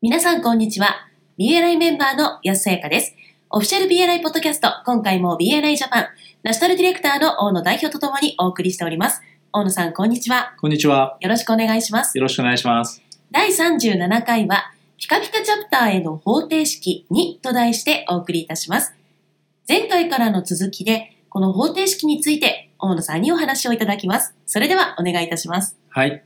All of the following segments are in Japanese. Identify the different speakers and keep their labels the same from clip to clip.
Speaker 1: 皆さんこんにちは。BLI メンバーの安さやかです。オフィシャル BLI ポッドキャスト、今回も BLI ジャパン、ナショナルディレクターの大野代表とともにお送りしております。大野さんこんにちは。
Speaker 2: こんにちは。
Speaker 1: よろしくお願いします。
Speaker 2: よろしくお願いします。
Speaker 1: 第37回は、ピカピカチャプターへの方程式2と題してお送りいたします。前回からの続きで、この方程式について、大野さんにお話をいただきます。それではお願いいたします。
Speaker 2: はい。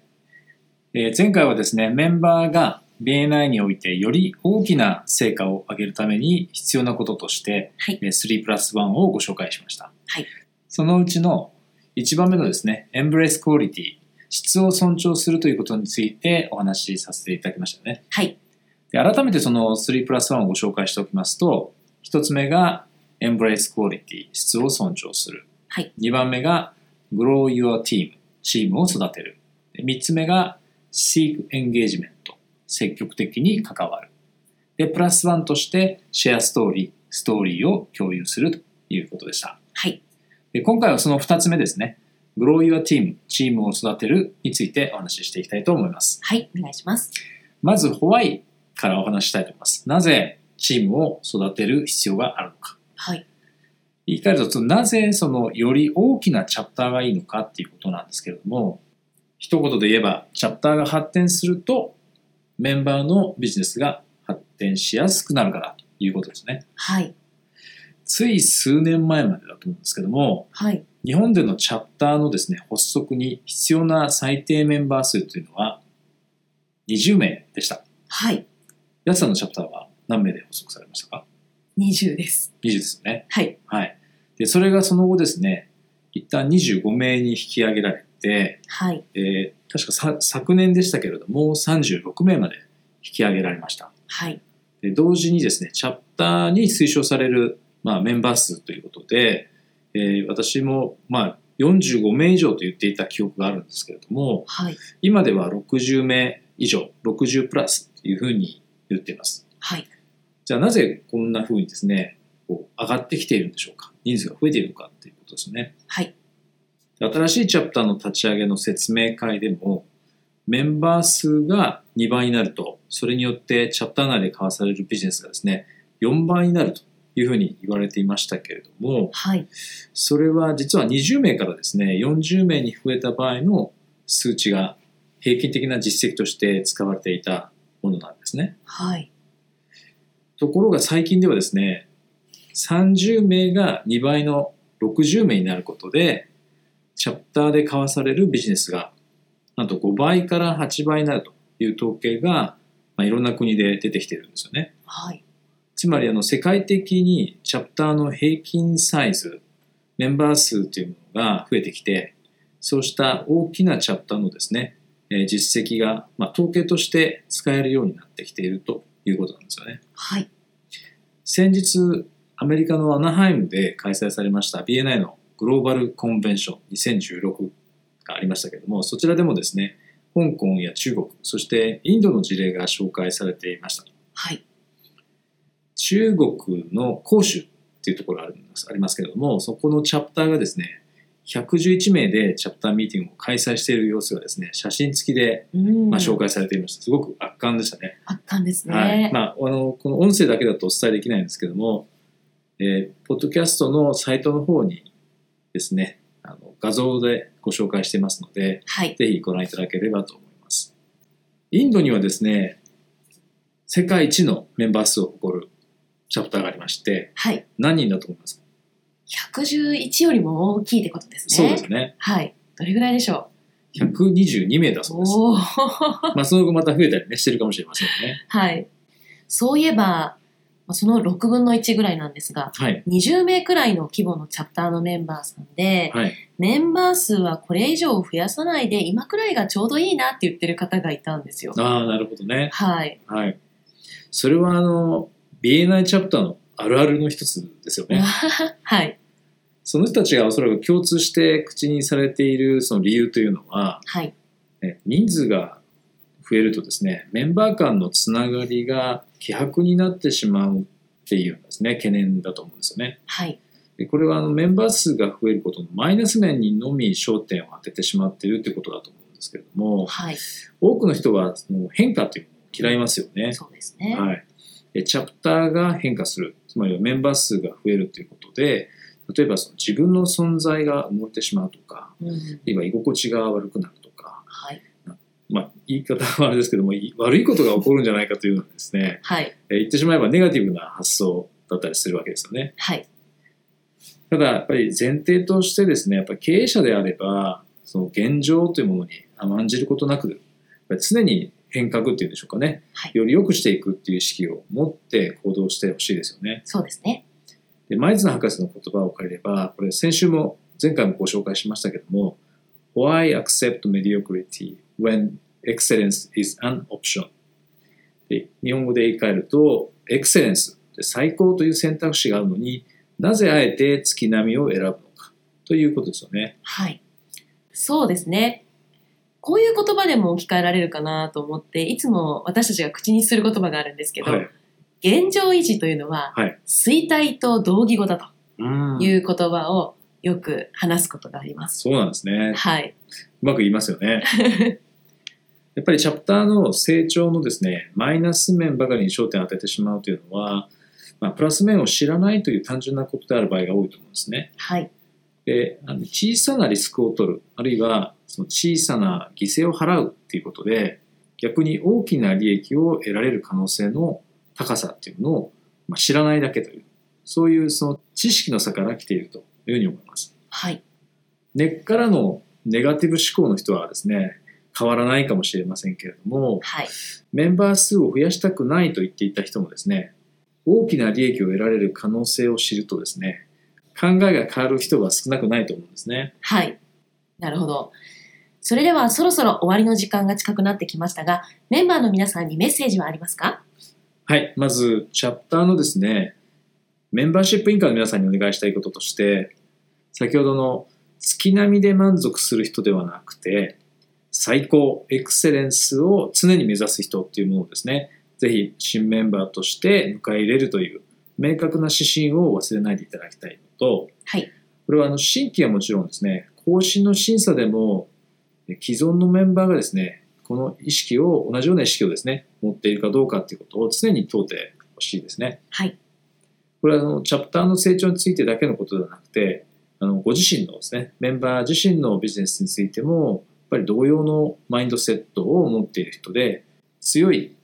Speaker 2: えー前回はですね、メンバーが BNI においてより大きな成果を上げるために必要なこととして、
Speaker 1: はい
Speaker 2: えー3プラス1をご紹介しました。
Speaker 1: はい
Speaker 2: そのうちの1番目のですね、エンブレスクオリティ、質を尊重するということについてお話しさせていただきましたね。
Speaker 1: はい。
Speaker 2: で改めてその3プラス1をご紹介しておきますと1つ目が Embrace Quality 質を尊重する、
Speaker 1: はい
Speaker 2: 2番目が Grow Your Team チームを育てるで3つ目が Seek Engagement 積極的に関わるでプラス1としてシェアストーリーストーリーを共有するということでした
Speaker 1: はい。
Speaker 2: で今回はその2つ目ですね Grow Your Team チームを育てるについてお話ししていきたいと思います
Speaker 1: はい。お願いします。
Speaker 2: まず、ホワイからお話ししたいと思います。なぜチームを育てる必要があるのか。
Speaker 1: はい。
Speaker 2: 言い換えると、なぜそのより大きなチャプターがいいのかっていうことなんですけれども、一言で言えば、チャプターが発展すると、メンバーのビジネスが発展しやすくなるからということですね。
Speaker 1: はい。
Speaker 2: つい数年前までだと思うんですけども、
Speaker 1: はい。
Speaker 2: 日本でのチャプターのですね、発足に必要な最低メンバー数というのは20名でした。
Speaker 1: はい。
Speaker 2: やつさんのチャプターは何名で補足されましたか
Speaker 1: 20です。
Speaker 2: ?20 ですよね。
Speaker 1: はい。
Speaker 2: はい。で、それがその後ですね、一旦25名に引き上げられて、
Speaker 1: はい。
Speaker 2: えー確かさ昨年でしたけれども、36名まで引き上げられました。
Speaker 1: はい。
Speaker 2: で、同時にですね、チャプターに推奨される、まあ、メンバー数ということで、えー私も、まあ、45名以上と言っていた記憶があるんですけれども、
Speaker 1: はい。
Speaker 2: 今では60名以上、60プラスというふうに言っています。
Speaker 1: はい。
Speaker 2: じゃあなぜこんな風にですね、こう上がってきているんでしょうか。人数が増えているのかっていうことですね。
Speaker 1: はい。
Speaker 2: 新しいチャプターの立ち上げの説明会でも、メンバー数が2倍になると、それによってチャプター内で交わされるビジネスがですね、4倍になるというふうに言われていましたけれども、
Speaker 1: はい。
Speaker 2: それは実は20名からですね、40名に増えた場合の数値が平均的な実績として使われていたものなんですね。
Speaker 1: はい。
Speaker 2: ところが最近ではですね30名が2倍の60名になることでチャプターで交わされるビジネスがなんと5倍から8倍になるという統計が、まあ、いろんな国で出てきているんですよね。
Speaker 1: はい。
Speaker 2: つまりあの世界的にチャプターの平均サイズメンバー数というものが増えてきてそうした大きなチャプターのですねえー実績が、まあ、統計として使えるようになってきているということなんですよね。
Speaker 1: はい。
Speaker 2: 先日アメリカのアナハイムで開催されました BNI のグローバルコンベンション2016がありましたけれどもそちらでもですね香港や中国そしてインドの事例が紹介されていました
Speaker 1: はい。
Speaker 2: 中国の広州っていうところがありますありますけれどもそこのチャプターがですね111名でチャプターミーティングを開催している様子がですね写真付きで
Speaker 1: うん。
Speaker 2: まあ紹介されていました、すごく圧巻でしたね
Speaker 1: 圧巻ですね。
Speaker 2: はいまあ、あのこの音声だけだとお伝えできないんですけども、えーポッドキャストのサイトの方にですねあの画像でご紹介してますので
Speaker 1: はい。
Speaker 2: ぜひご覧いただければと思いますインドにはですね世界一のメンバー数を誇るチャプターがありまして
Speaker 1: はい。
Speaker 2: 何人だと思いますか、
Speaker 1: 111よりも大きいってことですね。
Speaker 2: そうですね
Speaker 1: はい。どれぐらいでしょ
Speaker 2: 122名だ
Speaker 1: う
Speaker 2: そうです、
Speaker 1: おお。
Speaker 2: まあ、その後また増えたりねしてるかもしれませんね
Speaker 1: はい。そういえば、まあその6分の1ぐらいなんですが、
Speaker 2: はい
Speaker 1: 20名くらいの規模のチャプターのメンバーさんで、
Speaker 2: はい
Speaker 1: メンバー数はこれ以上増やさないで、今くらいがちょうどいいなって言ってる方がいたんですよ。
Speaker 2: ああなるほどね
Speaker 1: はい。
Speaker 2: はい。それはあの、BNI チャプターのあるあるの一つですよ ね。
Speaker 1: はい。
Speaker 2: その人たちがおそらく共通して口にされているその理由というのは、
Speaker 1: はい。
Speaker 2: ね人数が増えるとですね、メンバー間のつながりが希薄になってしまうっていうようなですね、懸念だと思うんですよね。
Speaker 1: はい。
Speaker 2: でこれはあのメンバー数が増えることのマイナス面にのみ焦点を当ててしまっているということだと思うんですけれども、
Speaker 1: はい。
Speaker 2: 多くの人はその変化というものを嫌いますよね。
Speaker 1: そうですね。
Speaker 2: はい、でチャプターが変化するつまりはメンバー数が増えるということで例えばその自分の存在が埋もれてしまうとか
Speaker 1: うん、
Speaker 2: 今居心地が悪くなるとか、
Speaker 1: はい。
Speaker 2: まあ、言い方はあれですけどもい悪いことが起こるんじゃないかというのはですね、
Speaker 1: はい。
Speaker 2: えー言ってしまえばネガティブな発想だったりするわけですよね。
Speaker 1: はい。
Speaker 2: ただやっぱり前提としてですねやっぱり経営者であればその現状というものに甘んじることなくやっぱり常に変革っていうんでしょうかね、
Speaker 1: はい
Speaker 2: より良くしていくっていう意識を持って行動してほしいですよね。
Speaker 1: そうですね。
Speaker 2: で前津博士の言葉を借りればこれ先週も前回もご紹介しましたけども「Why accept mediocrity when excellence is an option」で日本語で言い換えると「エクセレンス」最高という選択肢があるのになぜあえて月並みを選ぶのかということですよね。
Speaker 1: はい。そうですね。こういう言葉でも置き換えられるかなと思って、いつも私たちが口にする言葉があるんですけど、
Speaker 2: はい、
Speaker 1: 現状維持というのは、
Speaker 2: はい
Speaker 1: 衰退と同義語だと
Speaker 2: うん
Speaker 1: いう言葉をよく話すことがあります。
Speaker 2: そうなんですね。
Speaker 1: はい。
Speaker 2: うまく言いますよね。やっぱりチャプターの成長のですね、マイナス面ばかりに焦点を当ててしまうというのは、まあ、プラス面を知らないという単純なことである場合が多いと思うんですね。
Speaker 1: はい。
Speaker 2: で、あの小さなリスクを取る、あるいはその小さな犠牲を払うということで、逆に大きな利益を得られる可能性の高さっていうのを、まあ、知らないだけという、そういうその知識の差から来ているというふうに思います。
Speaker 1: はい。
Speaker 2: 根っからのネガティブ思考の人はですね変わらないかもしれませんけれども
Speaker 1: はい。
Speaker 2: メンバー数を増やしたくないと言っていた人もですね大きな利益を得られる可能性を知るとですね考えが変わる人は少なくないと思うんですね。
Speaker 1: はい。なるほど。それではそろそろ終わりの時間が近くなってきましたが、メンバーの皆さんにメッセージはありますか
Speaker 2: はい、まずチャプターのですねメンバーシップ委員会の皆さんにお願いしたいこととして先ほどの月並みで満足する人ではなくて最高エクセレンスを常に目指す人っていうものをですねぜひ新メンバーとして迎え入れるという明確な指針を忘れないでいただきたいのと
Speaker 1: はい。
Speaker 2: これはあの新規はもちろんですね更新の審査でもえ既存のメンバーがですねこの意識を同じような意識をですね持っているかどうかということを常に問うてほしいですね。
Speaker 1: はい。
Speaker 2: これはあのチャプターの成長についてだけのことではなくてあのご自身のですねメンバー自身のビジネスについてもやっぱり同様のマインドセットを持っている人で強い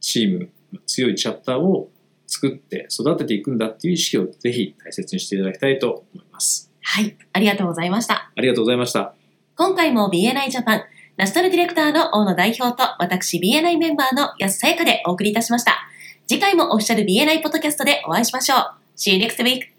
Speaker 2: チーム強いチャプターを作って育てていくんだっていう意識をぜひ大切にしていただきたいと思います。
Speaker 1: はい。ありがとうございました。
Speaker 2: ありがとうございました。
Speaker 1: 今回も BNI ジャパン、ナショナルディレクターの大野代表と私 BNI メンバーの安さやかでお送りいたしました。次回もオフィシャル BNI ポッドキャストでお会いしましょう。See you next week!